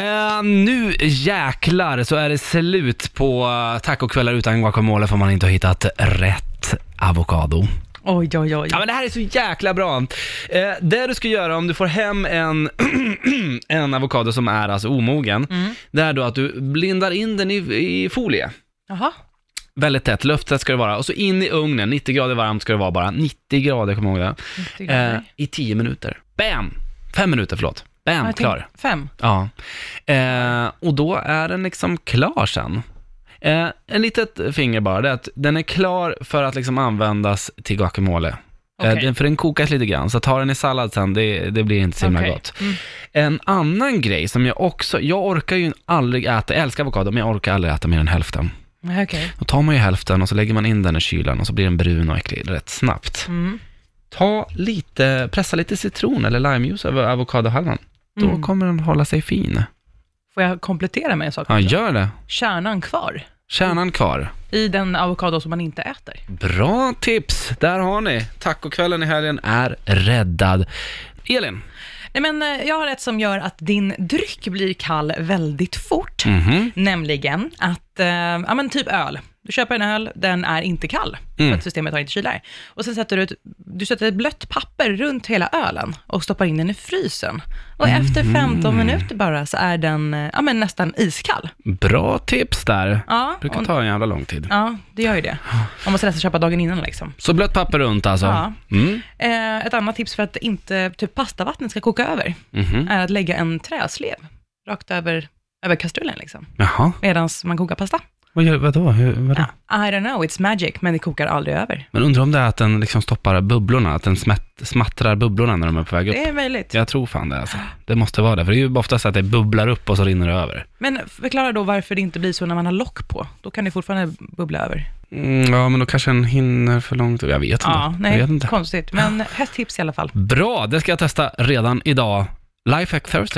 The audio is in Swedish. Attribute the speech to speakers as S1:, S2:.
S1: Eh, nu jäklar så är det slut på eh, tacokvällar utan guacamole för man inte har hittat rätt avokado.
S2: Oj, oj, oj.
S1: Ja men det här är så jäkla bra. Eh, det du ska göra om du får hem en, en avokado som är alltså omogen,
S2: Mm.
S1: det är då att du blindar in den i, i folie.
S2: Jaha.
S1: Väldigt tätt, lufttätt ska det vara. Och så in i ugnen, 90 grader varmt ska det vara bara. 90 grader, kommer jag ihåg
S2: Det
S1: det.
S2: är
S1: Eh, I 10 minuter. Bam! 5 minuter, förlåt. Bam,
S2: Jag tänkte-
S1: klar.
S2: Fem.
S1: Ja. Eh, och då är den liksom klar sen. Eh, en litet finger bara, det är att den är klar för att liksom användas till guacamole. Eh,
S2: Okej.
S1: den- för den kokas lite grann, så ta den i sallad sen, det, det blir inte så himla
S2: Okej. Mm.
S1: gott. En annan grej som jag också, jag orkar ju aldrig äta, jag älskar avokado, men jag orkar aldrig äta mer än hälften.
S2: Nej, Okej.
S1: Då tar man ju hälften och så lägger man in den i kylen och så blir den brun och äcklig rätt snabbt.
S2: Mm.
S1: Ta lite, pressa lite citron eller limejuice över avokadohalvan. Då
S2: Mm.
S1: kommer den hålla sig fin.
S2: Får jag komplettera med en sak?
S1: Ja,
S2: också?
S1: gör det.
S2: Kärnan kvar
S1: Kärnan kvar.
S2: i den avokado som man inte äter.
S1: Bra tips! Där har ni. Tacokvällen i helgen är räddad. Elin.
S2: Nej, men eh, jag har ett som gör att din dryck blir kall väldigt fort.
S1: Mhm.
S2: Nämligen att, eh, ja men typ öl. Du köper en öl, den är inte kall,
S1: Mm.
S2: för att systemet har inte kylar. Och sen sätter du ett, du sätter ett blött papper runt hela ölen och stoppar in den i frysen. Och efter
S1: Mhm.
S2: 15 minuter bara så är den eh, ja, men nästan iskall.
S1: Bra tips där.
S2: Ja,
S1: Brukar
S2: och-
S1: ta en jävla lång tid.
S2: Ja, det gör ju det. Man måste nästan köpa dagen innan liksom.
S1: Så blött papper runt alltså.
S2: Ja.
S1: Mm.
S2: Eh, ett annat tips för att inte typ pastavattnet ska koka över
S1: Mhm.
S2: är att lägga en träslev rakt över, över kastrullen liksom,
S1: Jaha.
S2: medan man kokar pasta.
S1: Vad gör, vadå? Hur, vadå?
S2: I don't know, it's magic, men det kokar aldrig över.
S1: Men undrar om det är att den liksom stoppar bubblorna, att den smätt, smattrar bubblorna när de är på väg upp.
S2: Det är möjligt.
S1: Jag tror fan det alltså. Det måste vara det, för det är ju oftast att det bubblar upp och så rinner det över.
S2: Men förklara då varför det inte blir så när man har lock på. Då kan det fortfarande bubbla över.
S1: Mm, ja, men då kanske den hinner för långt. Jag vet inte.
S2: Ja,
S1: jag
S2: nej,
S1: vet inte.
S2: konstigt. Men ett tips i alla fall.
S1: Bra, det ska jag testa redan idag. Lifehack Thursday.